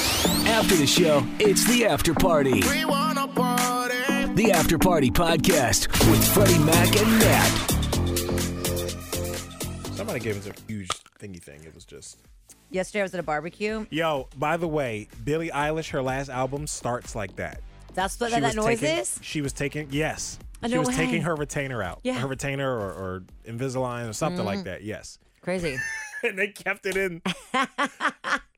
After the show, it's the after party. We wanna party. The After Party Podcast with Freddie Mac and Matt. Somebody gave us a huge thingy thing. It was just. Yesterday I was at a barbecue. Yo, by the way, Billie Eilish, her last album starts like that. That's what She that, that was noise taking- is. She was taking, yes. Oh, she no was way. taking her retainer out. Yeah. Mm-hmm. Her retainer or, or Invisalign or something like that, yes. Crazy. And they kept it in.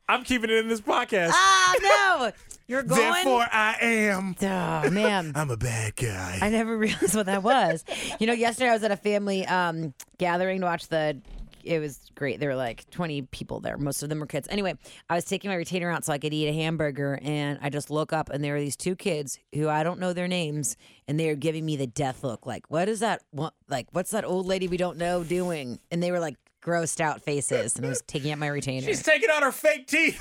I'm keeping it in this podcast. ah no, you're going. Therefore, I am. oh man, I'm a bad guy. I never realized what that was. you know, yesterday I was at a family um, gathering to watch the. It was great. There were like 20 people there. Most of them were kids. Anyway, I was taking my retainer out so I could eat a hamburger, and I just look up, and there are these two kids who I don't know their names, and they are giving me the death look. Like, what is that? What, like, what's that old lady we don't know doing? And they were like grossed out faces, and I was taking out my retainer. She's taking out her fake teeth,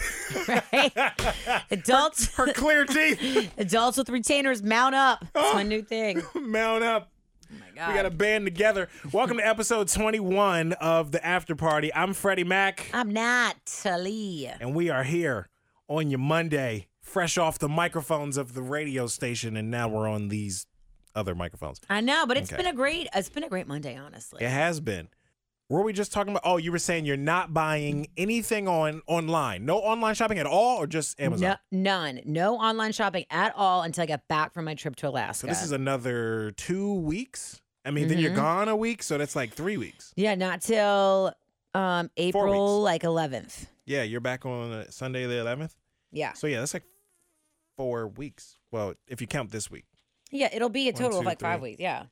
Adults, her clear teeth. adults with retainers, mount up. It's my new thing. Mount up. We got to band together. Welcome to episode 21 of the After Party. I'm Freddie Mac. I'm not Talia. and we are here on your Monday, fresh off the microphones of the radio station, and now we're on these other microphones. I know, but it's Okay. been a great it's been a great Monday, honestly. It has been. Were we just talking about? Oh, you were saying you're not buying anything on online, no online shopping at all, or just Amazon. No, none. No online shopping at all until I got back from my trip to Alaska. So this is another two weeks. I mean, then you're gone a week, so that's like three weeks. yeah, not till um April weeks. like 11th. Yeah, you're back on uh, Sunday the 11th. Yeah. So yeah, that's like four weeks. Well, if you count this week. Yeah, it'll be a One, total of two, like 5 three. weeks. Yeah.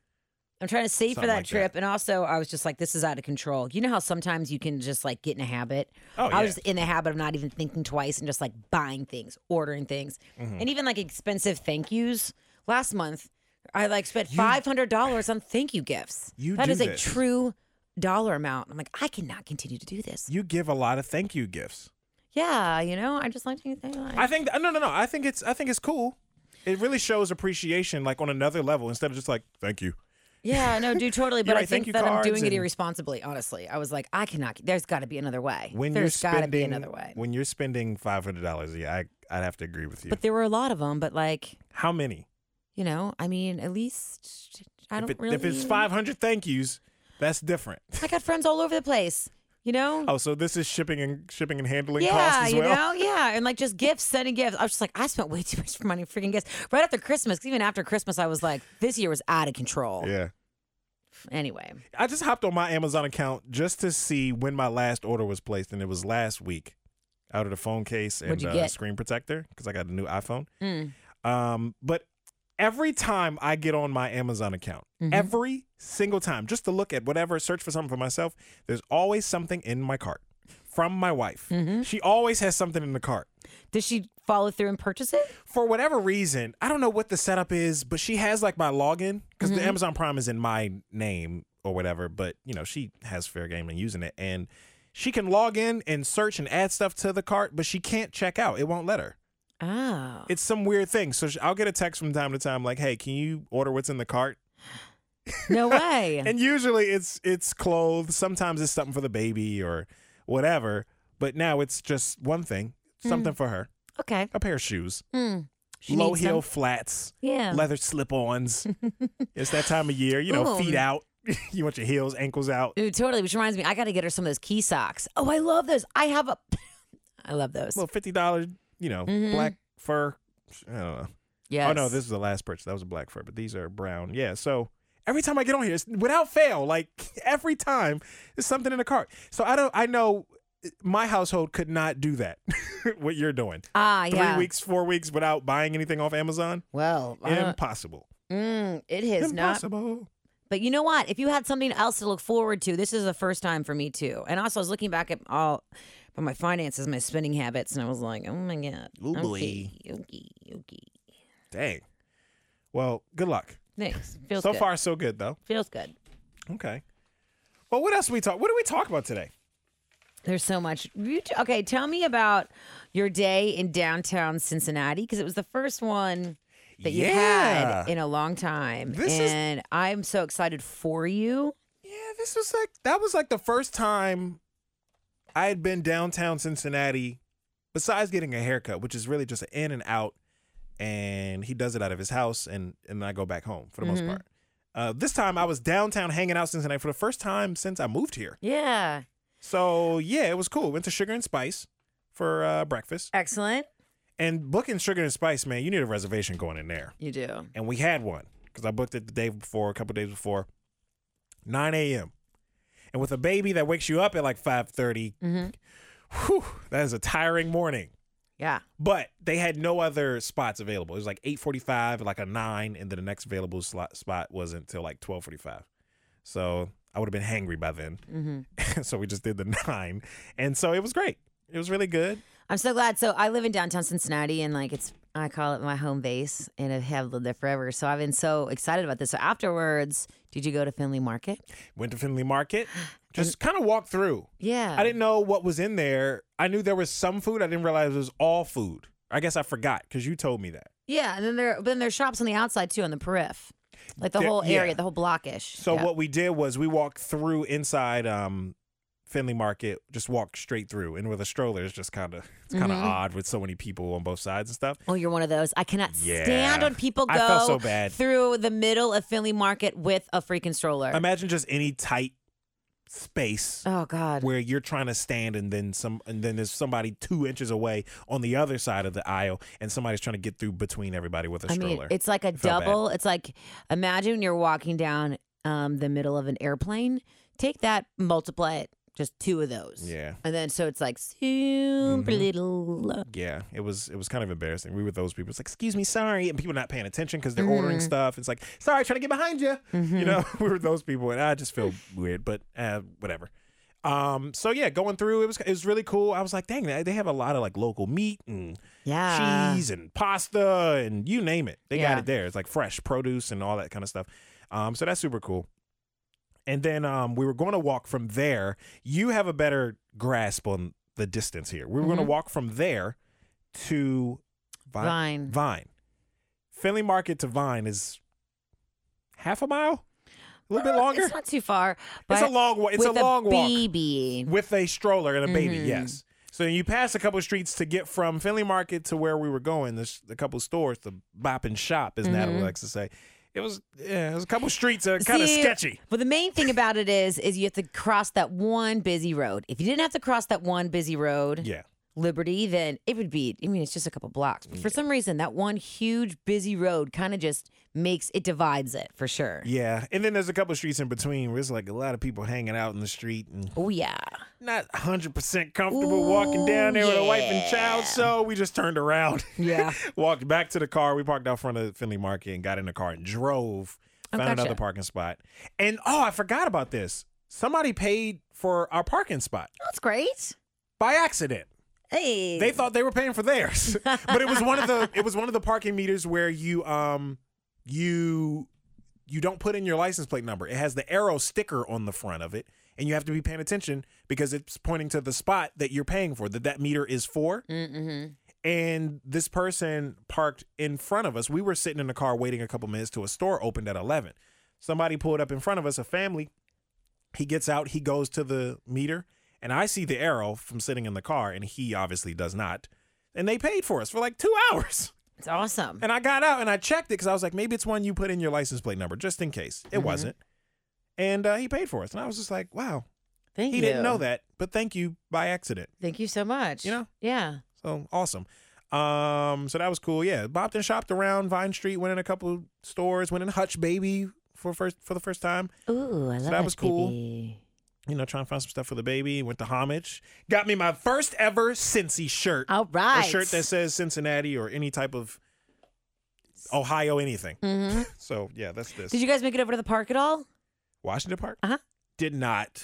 I'm trying to save for Something that like that. trip and also I was just like this is out of control. You know how sometimes you can just like get in a habit? Oh, I yeah. was in the habit of not even thinking twice and just like buying things, ordering things, Mm-hmm. and even like expensive thank yous. Last month, I like spent five hundred dollars on thank you gifts. You That do is this. a true dollar amount. I'm like, I cannot continue to do this. You give a lot of thank you gifts. Yeah, you know, I just like to thank. I think uh, no, no, no. I think it's I think it's cool. It really shows appreciation, like on another level, instead of just like thank you. Yeah, no, do totally. You But I write thank think you that I'm cards doing it and- irresponsibly. Honestly, I was like, I cannot. There's got to be another way. When There's you're got to spending, be another way. when you're spending five hundred dollars, yeah, I I'd have to agree with you. But there were a lot of them. But like, How many? you know, I mean, at least I if, don't it, really. if it's five hundred thank yous, that's different. I got friends all over the place. You know, Oh, so this is shipping and shipping and handling costs Yeah, as you well. know, yeah, and like just gifts, sending gifts. I was just like, I spent way too much money on freaking gifts right after Christmas. 'cause Even after Christmas, I was like, this year was out of control. Yeah. Anyway, I just hopped on my Amazon account just to see when my last order was placed, and it was last week. Out of the phone case and What'd you uh, get? Hmm. screen protector because I got a new iPhone. Um, but every time I get on my Amazon account, Mm-hmm. every single time, just to look at whatever, search for something for myself, there's always something in my cart from my wife. Mm-hmm. She always has something in the cart. did she follow through and purchase it? For whatever reason, I don't know what the setup is, but she has like my login because Mm-hmm. the Amazon Prime is in my name or whatever, but you know, she has fair game and using it. And she can log in and search and add stuff to the cart, but she can't check out. It won't let her Oh, it's some weird thing. So sh- I'll get a text from time to time, like, "Hey, can you order what's in the cart?" Mm-hmm. no way. And usually it's it's clothes. Sometimes it's something for the baby or whatever. But now it's just one thing, something for her, okay. a pair of shoes, Mm-hmm. Mm. She low needs heel them. flats, Yeah. leather slip-ons. it's that time of year, you know, Ooh. feet out. you want your heels, ankles out. Ooh, totally. Which reminds me, I got to get her some of those key socks. Oh, I love those. I have a. I love those. Well, fifty dollars, you know, black fur. I don't know. Mm-hmm. yes. Oh no, this is the last purchase. That was a black fur, but these are brown. Yeah, so every time I get on here, it's without fail, like every time, there's something in the cart. So I don't I know uh, my household could not do that. what you're doing. Ah, yeah. Three weeks, four weeks without buying anything off Amazon? Well, I don't- Impossible. mm, it is not Impossible. But you know what? If you had something else to look forward to, this is the first time for me too. And also, I was looking back at all, but my finances, my spending habits, and I was like, oh my god, Ooh, boy. okay, okay, okay. Dang. Well, good luck. Thanks. Feels so good. far so good though. feels good. Okay. Well, what else we talk what do we talk about today? There's so much. You t- okay, tell me about your day in downtown Cincinnati because it was the first one that you had Yeah. in a long time, This is- and I'm so excited for you. Yeah, this was like that was like the first time I had been downtown Cincinnati besides getting a haircut, which is really just an in and out, and he does it out of his house, and and then I go back home for the Mm-hmm. most part. Uh, this time I was downtown hanging out Cincinnati for the first time since I moved here. Yeah. So yeah, it was cool. Went to Sugar and Spice for uh, breakfast, Excellent. and booking Sugar and Spice, man, you need a reservation going in there You do. and we had one because I booked it the day before, a couple days before, 9 a.m. And with a baby that wakes you up at like 5:30, whew, that is a tiring morning. Yeah. But they had no other spots available. It was like 8:45, like a nine, and then the next available slot spot wasn't until like 12:45. So I would have been hangry by then. so we just did the nine, and so it was great. It was really good. I'm so glad. So I live in downtown Cincinnati, and like it's, I call it my home base, and I have lived there forever. So I've been so excited about this. So afterwards, did you go to Finley Market? Went to Finley Market, just kind of walked through. Yeah. I didn't know what was in there. I knew there was some food. I didn't realize it was all food. I guess I forgot because you told me that. Yeah, and then there, but then there's shops on the outside too, on the periph, like the There- whole yeah. area, the whole blockish. So Yeah. what we did was we walked through inside um, Finley Market, just walked straight through, and with a stroller, it's just kind of it's kind of Mm-hmm. odd with so many people on both sides and stuff. Oh, you're one of those. I cannot Yeah. stand when people go I felt so bad. through the middle of Finley Market with a freaking stroller. Imagine just any tight space oh God. where you're trying to stand, and then some, and then there's somebody two inches away on the other side of the aisle, and somebody's trying to get through between everybody with a I stroller. mean, it's like a felt bad. double. It's like imagine you're walking down um, the middle of an airplane. Take that, multiply it, just two of those. Yeah. Mm-hmm. And then so it's like super little. Yeah, it was it was kind of embarrassing. We were those people. It's like, excuse me, sorry, and people not paying attention because they're ordering stuff. It's like, sorry, trying to get behind you. You know, we were those people, and I just feel weird, but uh, whatever. Um, so yeah, going through it was it was really cool. I was like, dang, they they have a lot of like local meat and Yeah. cheese and pasta and you name it. They got Yeah. it there. It's like fresh produce and all that kind of stuff. Um, so that's super cool. And then um, we were going to walk from there. You have a better grasp on the distance here. We were Mm-hmm. going to walk from there to Vi- Vine. Vine. Finley Market to Vine is half a mile, a little bit longer. Uh, It's not too far. But It's a long wa- it's a with long walk. baby. with a stroller and a baby. Yes. So you pass a couple streets to get from Finley Market to where we were going. There's a couple stores, the Bop and Shop, as Natalie likes to say. It was yeah, it was a couple streets that are kind of See, sketchy. Well, the main thing about it is, is you have to cross that one busy road. If you didn't have to cross that one busy road, Yeah. Liberty, then it would be. I mean, it's just a couple blocks, but for some reason, that one huge busy road kind of just makes it divides it for sure. Yeah. And then there's a couple streets in between where it's like a lot of people hanging out in the street and Oh yeah, not 100% comfortable walking down there with a wife and child. So we just turned around. Yeah. walked back to the car. We parked out front of Finley Market and got in the car and drove. Found gotcha. another parking spot. And oh, I forgot about this. Somebody paid for our parking spot that's great. by accident. Hey, They thought they were paying for theirs, but it was one of the it was one of the parking meters where you um you you don't put in your license plate number. It has the arrow sticker on the front of it, and you have to be paying attention because it's pointing to the spot that you're paying for that that meter is for. And this person parked in front of us. We were sitting in the car waiting a couple minutes till a store opened at eleven. Somebody pulled up in front of us, a family. He gets out, he goes to the meter, and I see the arrow from sitting in the car, and he obviously does not. And they paid for us for like two hours. it's awesome. And I got out and I checked it because I was like, maybe it's one you put in your license plate number, just in case. It wasn't. And uh, he paid for us. And I was just like, wow, Thank he you. didn't know that, but thank you by accident. Thank you so much. You know? Yeah. So awesome. Um, so that was cool. Yeah, bopped and shopped around Vine Street, went in a couple stores, went in Hutch Baby for first for the first time. Ooh, I love So that was it, cool. baby. You know, trying to find some stuff for the baby. Went to Homage, got me my first ever Cincy shirt. All a right. shirt that says Cincinnati or any type of Ohio anything. so yeah, that's this. Mm-hmm. Did you guys make it over to the park at all? Washington Park? Uh-huh. Did not.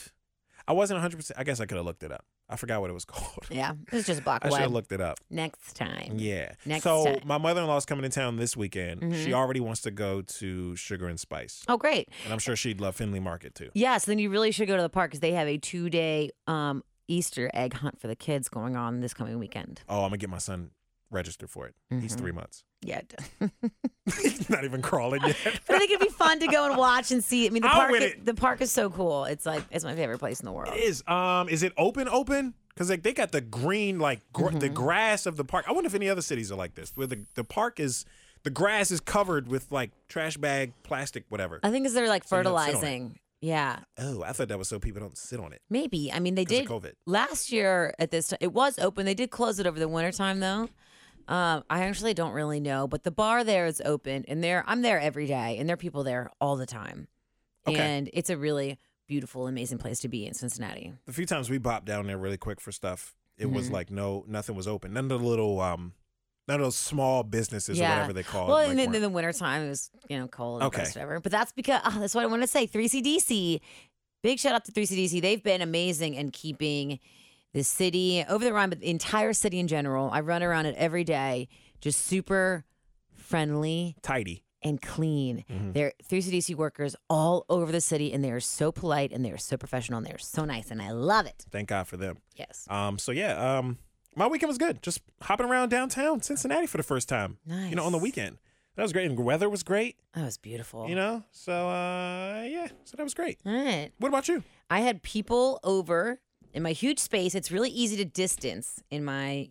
I wasn't 100%. I guess I could have looked it up. I forgot what it was called. Yeah, it was just a block I should away. have looked it up. Next time. Yeah. Next so time. Mm-hmm. my mother-in-law's coming in town this weekend. She already wants to go to Sugar and Spice. Oh, great. And I'm sure she'd love Finley Market too. Yes, then you really should go to the park because they have a two day um, Easter egg hunt for the kids going on this coming weekend. Oh, I'm going to get my son registered for it. Mm-hmm. He's 3 months. Yeah. it does. but He's not even crawling yet. I think it'd be fun to go and watch and see. I mean, the I'll park win is, it. the park is so cool. It's like it's my favorite place in the world. It is um is it open open? Cause like they got the green, like gr- the Mm-hmm. grass of the park. I wonder if any other cities are like this, where the, the park is, the grass is covered with like trash bag, plastic, whatever. I think because they're like So you don't sit on it. fertilizing. Yeah, oh, I thought that was so people don't sit on it. maybe. I mean, they 'Cause of did COVID. last year at this time. It was open. They did close it over the wintertime though. Um, I actually don't really know, but the bar there is open, and there I'm there every day, and there are people there all the time, Okay. and it's a really beautiful, amazing place to be in Cincinnati. The few times we bopped down there really quick for stuff, it was Mm-hmm. like no, nothing was open. None of the little, um, none of those small businesses Yeah. or whatever they call Well, it. like, and then weren't- in the wintertime, it was, you know, cold and Okay. gross, whatever. But that's because, oh, that's what I want to say. 3CDC, big shout out to 3CDC. They've been amazing in keeping the city over the Rhine, but the entire city in general. I run around it every day, just super friendly tidy. and clean. Mm-hmm. They're 3CDC workers all over the city, and they are so polite and they are so professional and they are so nice, and I love it. Thank God for them. Yes. Um, so yeah, um, my weekend was good. Just hopping around downtown Cincinnati for the first time. You know, on the Nice. Oh. weekend. That was great. And the weather was great, That was beautiful. you know? So uh yeah, so that was great. all right. What about you? I had people over in my huge space. It's really easy to distance in my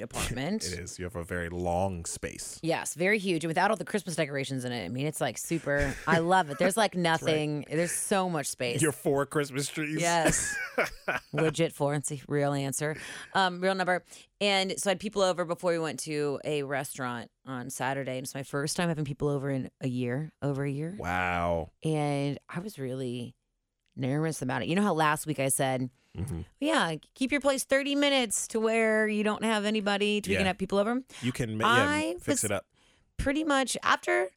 apartment. is. You have a very long space. Yes, very huge. And without all the Christmas decorations in it, I mean, it's like super. I love it. There's like nothing. There's so much space. Your four Christmas trees. Yes. Legit four. It's a real answer. Um, real number. And so I had people over before we went to a restaurant on Saturday. And it's my first time having people over in a year, over a year Wow. and I was really nervous about it. You know how last week I said, "Yeah, keep your place thirty minutes to where you don't have anybody to we can Yeah. have people over." You can ma- yeah, I fix was- it up. Pretty much after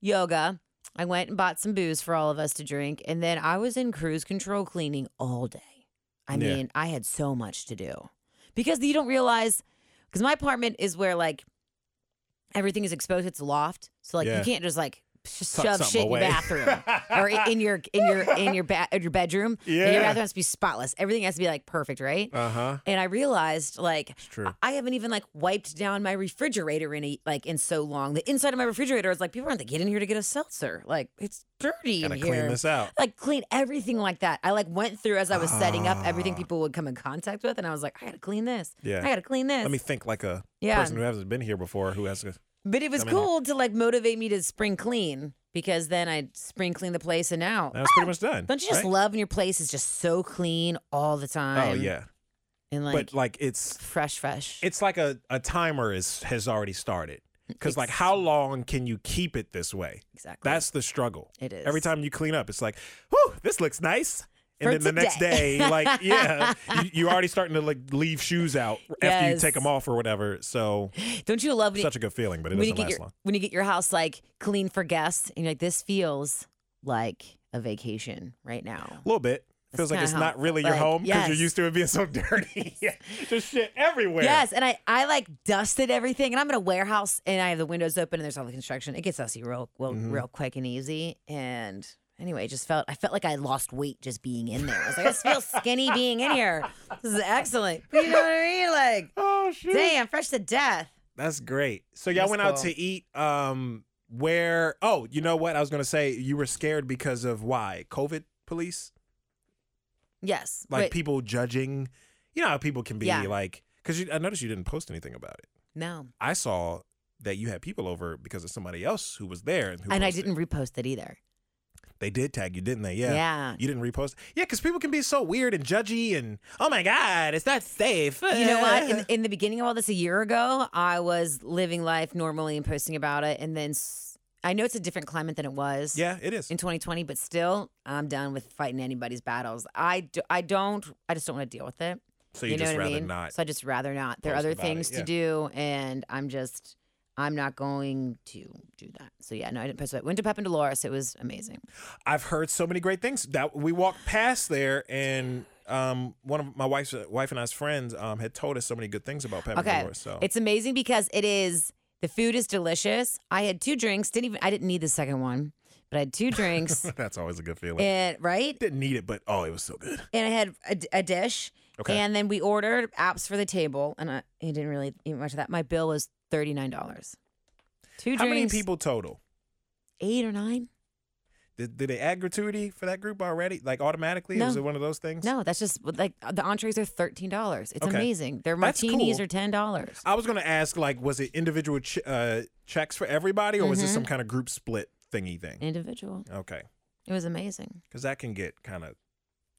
yoga, I went and bought some booze for all of us to drink, and then I was in cruise control cleaning all day. I Yeah. mean, I had so much to do because you don't realize because my apartment is where like everything is exposed. It's a loft, so like Yeah. you can't just like Tuck shove something shit in your away. bathroom or i- in your in your in your ba- in your bedroom. And Yeah. your bathroom has to be spotless. Everything has to be like perfect, right? Uh-huh. and I realized like true. I- I haven't even like wiped down my refrigerator in a, like in so long. The inside of my refrigerator is like people aren't like get in here to get a seltzer. Like it's dirty Gotta in clean here. this out. Like clean everything like that. I like went through as I was setting up everything people would come in contact with, and I was like, I gotta clean this. Ah. Yeah. I gotta clean this. Let me think like a Yeah. person who hasn't been here before who has a But it was I mean- cool to like motivate me to spring clean because then I spring clean the place and now. that was pretty much done. Don't you just right? love when your place is just so clean all the time? Oh yeah. And like but like it's fresh, fresh. it's like a, a timer is has already started. Because like how long can you keep it this way? exactly. That's the struggle. It is. Every time you clean up, it's like, whew, this looks nice. And For then the next today. day, like, yeah, you, you're already starting to like leave shoes out after you Yes. take them off or whatever. So Don't you love when you, such a good feeling, but it when you doesn't get last your long. when you get your house like clean for guests and you're like, this feels like a vacation right now. A little bit. Feels like kinda it's how not it really felt your like. home because Yes. you're used to it being so dirty. yeah. Just shit everywhere. Yes, and I, I like dusted everything, and I'm in a warehouse, and I have the windows open, and there's all the construction. It gets dusty real, well, Mm-hmm. real quick and easy. And anyway, it just felt I felt like I lost weight just being in there. I was like, I just feel skinny being in here. This is excellent. You know what I mean? Like, Oh, shit. damn, fresh to death. That's great. So y'all That's went out cool. to eat. Um, where? Oh, you know what? I was gonna say you were scared because of why? COVID police, Yes, like Wait, people judging. You know how people can be Yeah. like. Because I noticed you didn't post anything about it. no, I saw that you had people over because of somebody else who was there, and, who and I posted. didn't repost it either. They did tag you, didn't they? Yeah. Yeah. You didn't repost. Yeah, because people can be so weird and judgy, and oh my god, it's not safe. You know what? In, in the beginning of all this, a year ago, I was living life normally and posting about it, and then s- I know it's a different climate than it was. yeah, it is. in 2020, but still, I'm done with fighting anybody's battles. I, do, I don't, I just don't want to deal with it. So you, just know what rather I mean? not. So I just rather not. There are post other about it, things yeah. to do, and I'm just, I'm not going to do that. So yeah, no, I didn't post it. Went to Pep and Dolores. It was amazing. I've heard so many great things that we walked past there and um one of my wife's wife and I's friends um had told us so many good things about Pepper Okay, Door, so it's amazing because it is the food is delicious. I had two drinks. Didn't even, I didn't need the second one, but I had two drinks. that's always a good feeling. and right, Didn't need it, but oh, it was so good. and I had a d- a, dish. Okay. And then we ordered apps for the table, and I, I didn't really eat much of that. My bill was thirty nine dollars. Two How many drinks, people total? eight or nine. Did, did they add gratuity for that group already? Like automatically? No. Is it one of those things? No, that's just like the entrees are thirteen dollars. It's Okay. amazing. Their That's martinis cool. are ten dollars. I was going to ask, like, was it individual ch- uh, checks for everybody, or was this Mm-hmm. some kind of group split thingy Mm. thing? Individual. Okay, It was amazing. because that can get kind of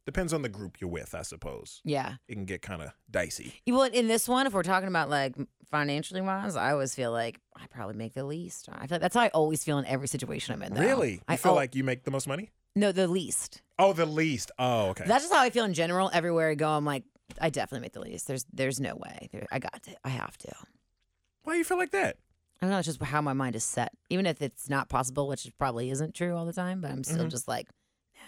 depends on the group you're with, I suppose. Yeah. It can get kind of dicey. Well, in this one, if we're talking about like financially wise, I always feel like I probably make the least. I feel that's how I always feel in every situation I'm in. Though. Really, you I feel al- like you make the most money? no, the least. Oh, the least. Oh, okay. That's just how I feel in general. Everywhere I go, I'm like, I definitely make the least. There's, there's no way. There, I got to. I have to. Why do you feel like that? I don't know. It's just how my mind is set. Even if it's not possible, which it probably isn't true all the time, but I'm still Mm-hmm. just like, nah,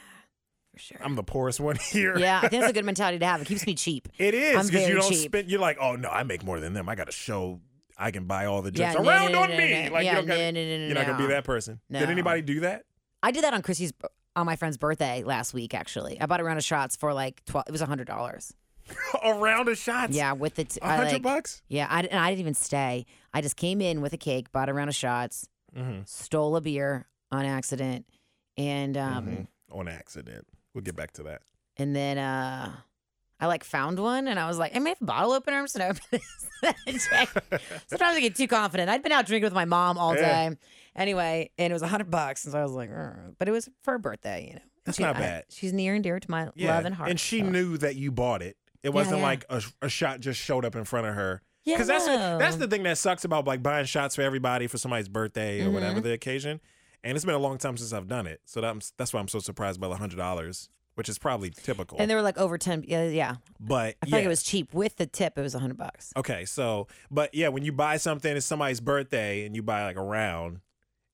for sure. I'm the poorest one here. yeah, I think that's a good mentality to have. It keeps me cheap. It I'm is because very you don't cheap. spend. You're like, oh no, I make more than them. I got to show I can buy all the Yeah, drinks no, no, around no, on no, me. no. Like Yeah, you don't gotta, no, no, no, no, you're not gonna no. be that person. Did No. anybody do that? I did that on Chrissy's on my friend's birthday last week. Actually, I bought a round of shots for like twelve. It was hundred dollars. a round of shots. Yeah, with the t- a I, hundred like, bucks. Yeah, I, and I didn't even stay. I just came in with a cake, bought a round of shots, Mm-hmm. stole a beer on accident, and um, Mm-hmm. On accident. We'll get back to that. and then uh, I like found one, and I was like, I may have a bottle opener. I'm just gonna open this. and check." Sometimes I get too confident. I'd been out drinking with my mom all Yeah. day, anyway, and it was hundred bucks, and so I was like, "Ugh," but it was for her birthday, you know. And That's she- not I- bad. she's near and dear to my love and heart. she so- knew that you bought it. It wasn't yeah. like a, a shot just showed up in front of her. Yeah, that's the- no. that's the thing that sucks about like buying shots for everybody for somebody's birthday or Mm-hmm. whatever the occasion. And it's been a long time since I've done it, so that's that's why I'm so surprised by the hundred dollars, which is probably typical. And they were like over ten. Yeah, yeah. but I feel yeah. like it was cheap with the tip. It was hundred bucks. Okay, so but yeah, when you buy something, it's somebody's birthday, and you buy like a round,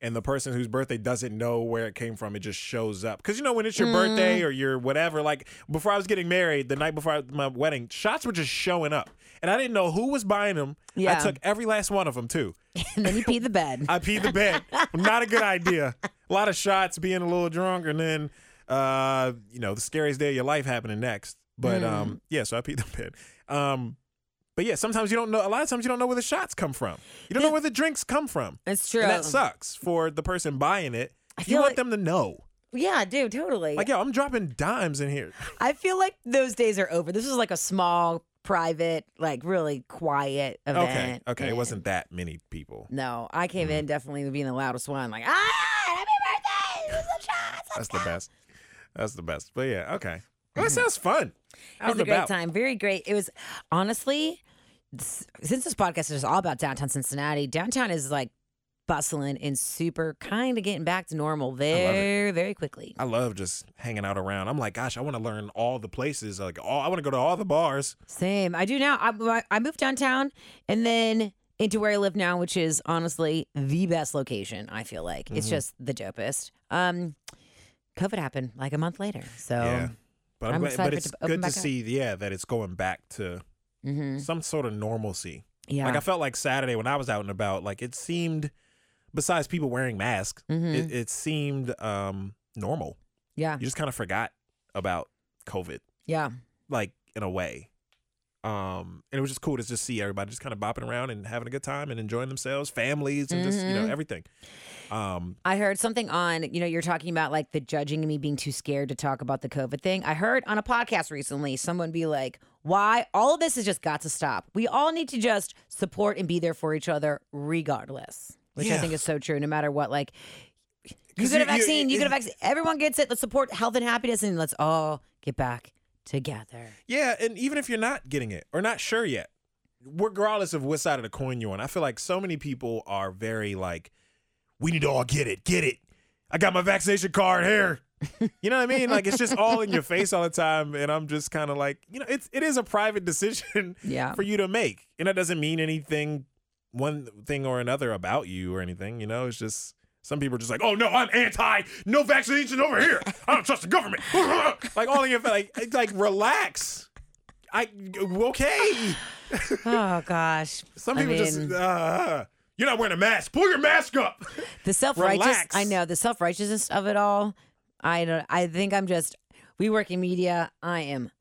and the person whose birthday doesn't know where it came from, it just shows up. Because you know when it's your birthday or your whatever. Like before I was getting married, the night before my wedding, shots were just showing up, and I didn't know who was buying them. Yeah. I took every last one of them too. And then you pee the bed. I peed the bed. Not a good idea. A lot of shots, being a little drunk, and then uh, you know, the scariest day of your life happening next. But Hmm. um, yeah, so I peed the bed. Um, but yeah, sometimes you don't know. A lot of times you don't know where the shots come from. You don't know where the drinks come from. It's And true. that sucks for the person buying it. You feel want like- them to know. Yeah, dude, totally. Like, yo, I'm dropping dimes in here. I feel like those days are over. This was like a small, private, like really quiet Okay, event. okay, it and- wasn't that many people. No, I came Mm-hmm. in definitely being the loudest one. Like, ah, happy birthday! Here's some shots." That's the best. That's the best. But yeah, okay. Well, that sounds fun. It Out was and a great about. time. Very great. It was honestly, s- since this podcast is all about downtown Cincinnati, downtown is like bustling and super kind of getting back to normal very, very quickly. I love just hanging out around. I'm like, gosh, I want to learn all the places. Like, all I want to go to all the bars. Same. I do now. I, I moved downtown and then into where I live now, which is honestly the best location, I feel like. Mm-hmm. It's just the dopest. Um, COVID happened like a month later. So, but I'm, Um, I'm glad. excited But for it it's to open good to back up. see, yeah, that it's going back to mhm. some sort of normalcy. yeah. Like I felt like Saturday when I was out and about, like it seemed, besides people wearing masks, Mhm. it, it seemed um normal. yeah. You just kind of forgot about COVID, Yeah. like in a way. Um, and it was just cool to just see everybody just kind of bopping around and having a good time and enjoying themselves, families, and just Mm-hmm. you know everything. Um, I heard something on, you know, you're talking about like the judging and me being too scared to talk about the COVID thing. I heard on a podcast recently someone be like, why all of this has just got to stop. We all need to just support and be there for each other regardless, which I Yeah. think is so true no matter what. Like, you 'Cause get you- a you- vaccine, you, it- get a vaccine. Everyone gets it. Let's support health and happiness and let's all get back together. Yeah, and even if you're not getting it or not sure yet, regardless of what side of the coin you're on, I feel like so many people are very like, we need to all get it, get it. I got my vaccination card here. You know what I mean? Like it's just all in your face all the time, and I'm just kind of like, you know, it's it is a private decision Yeah. for you to make, and that doesn't mean anything, one thing or another about you or anything. You know, it's just some people are just like, oh no, I'm anti, no vaccination over here. I don't trust the government. like all in your like, it's like relax. I okay. oh, gosh. Some I people mean- just uh, you're not wearing a mask. Pull your mask up. The self righteous. Relax. I know the self righteousness of it all. I don't. I think I'm just. We work in media. I am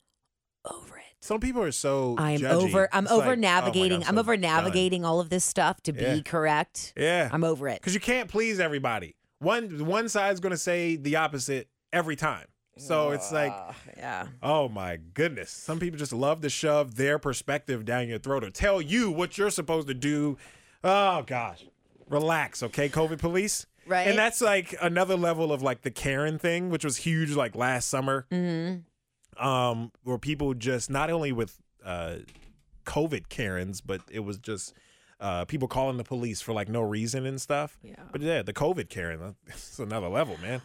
over it. Some people are so. I am judgy. over. I'm It's like, oh my over God, navigating. I'm, so over done. navigating all of this stuff to Yeah. be correct. Yeah, I'm over it. because you can't please everybody. one one side's gonna say the opposite every time. So it's like, Ugh, Ah, yeah. oh my goodness. Some people just love to shove their perspective down your throat or tell you what you're supposed to do. Oh gosh. Relax, okay, COVID police. Right. And that's like another level of like the Karen thing, which was huge like last summer. Mm-hmm. Um, where people just not only with uh COVID Karens, but it was just uh, people calling the police for like no reason and stuff. Yeah. But yeah, the COVID Karen, that's another level, man.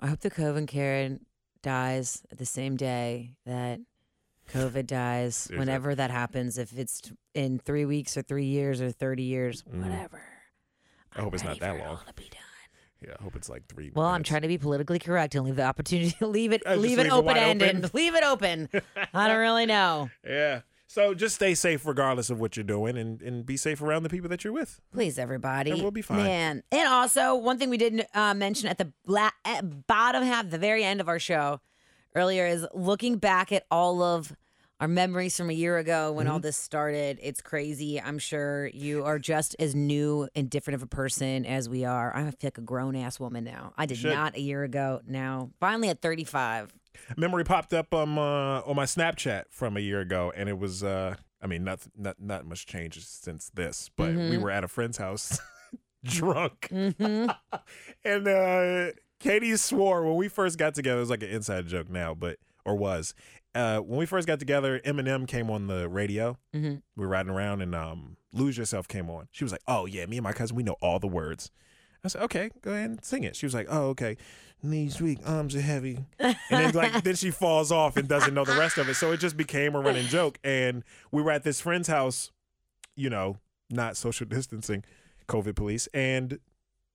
I hope the COVID Karen dies the same day that COVID dies. Whenever that happens, if it's t- in three weeks or three years or thirty years, Mm. whatever. I hope it's not that long. It'll be done. Yeah, I hope it's like three. Well, I'm minutes. trying to be politically correct and leave the opportunity. leave it. Uh, just leave leave it it wide open ended. open. Leave it open. I don't really know. Yeah. So just stay safe regardless of what you're doing and, and be safe around the people that you're with. Please, everybody. And we'll be fine. Man. And also, one thing we didn't uh, mention at the la- at bottom half, the very end of our show earlier is looking back at all of our memories from a year ago when Mm-hmm. all this started. It's crazy. I'm sure you are just as new and different of a person as we are. I feel like a grown ass woman now. I did should. not a year ago now. Finally at 35. Memory popped up um, uh, on my Snapchat from a year ago, and it was, uh, I mean, not, not, not much change since this, but we were at a friend's house drunk. Mm-hmm. and uh, Katie swore when we first got together, it was like an inside joke now, but, or was. Uh, when we first got together, Eminem came on the radio. Mhm. We were riding around, and um, Lose Yourself came on. She was like, Oh, yeah, me and my cousin, we know all the words. I said, okay, go ahead and sing it. She was like, oh, okay. Knees weak, arms are heavy. And then like then she falls off and doesn't know the rest of it. So it just became a running joke. And we were at this friend's house, you know, not social distancing, COVID police. And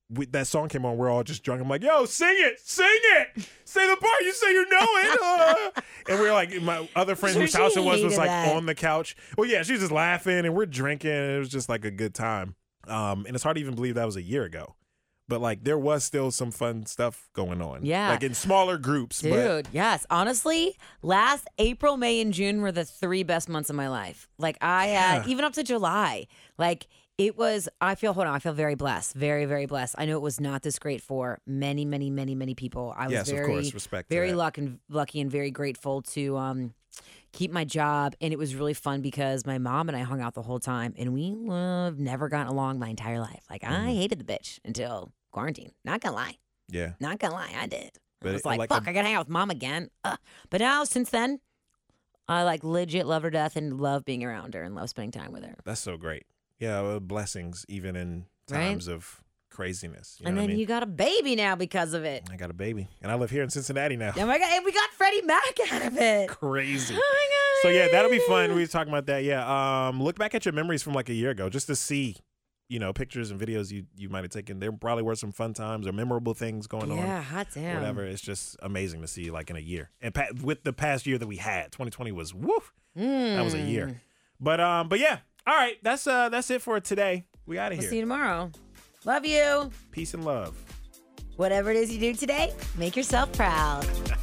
we, that song came on. We're all just drunk. I'm like, yo, sing it, sing it. Say the part you say you know it. uh." and we are like, my other friend whose She house it was was hated like that. on the couch. Well, yeah, she's just laughing and we're drinking. And it was just like a good time. Um, and it's hard to even believe that was a year ago. But like there was still some fun stuff going on. Yeah. Like in smaller groups. But Dude, yes. Honestly, last April, May, and June were the three best months of my life. Like I had Yeah. even up to July. Like it was I feel hold on, I feel very blessed. Very, very blessed. I know it was not this great for many, many, many, many people. I was Yes, of very course, respect to very that. luck and lucky and very grateful to um keep my job and it was really fun because my mom and I hung out the whole time and we love never gotten along my entire life. Like Mm-hmm. I hated the bitch until quarantine. Not gonna lie. yeah. Not gonna lie, I did. But I was it- like, like fuck, a- I I gotta hang out with mom again. Ugh. But now, since then, I like legit love her to death and love being around her and love spending time with her. That's so great. Yeah, well, blessings even in Right? times of craziness. You know and what then I mean? you got a baby now because of it. I got a baby. And I live here in Cincinnati now. Oh my god, and we got Freddie Mac out of it. Crazy. Oh So my god. yeah, that'll be fun. We were talking about that. Yeah. Um, look back at your memories from like a year ago just to see, you know, pictures and videos you you might have taken. There probably were some fun times or memorable things going Yeah, hot on. damn. Whatever. It's just amazing to see like in a year. And pa- with the past year that we had, 2020 was woof. That was a Mm. year. But um, but yeah. All right. That's uh that's it for today. We out of We'll here. see you tomorrow. Love you. Peace and love. Whatever it is you do today, make yourself proud.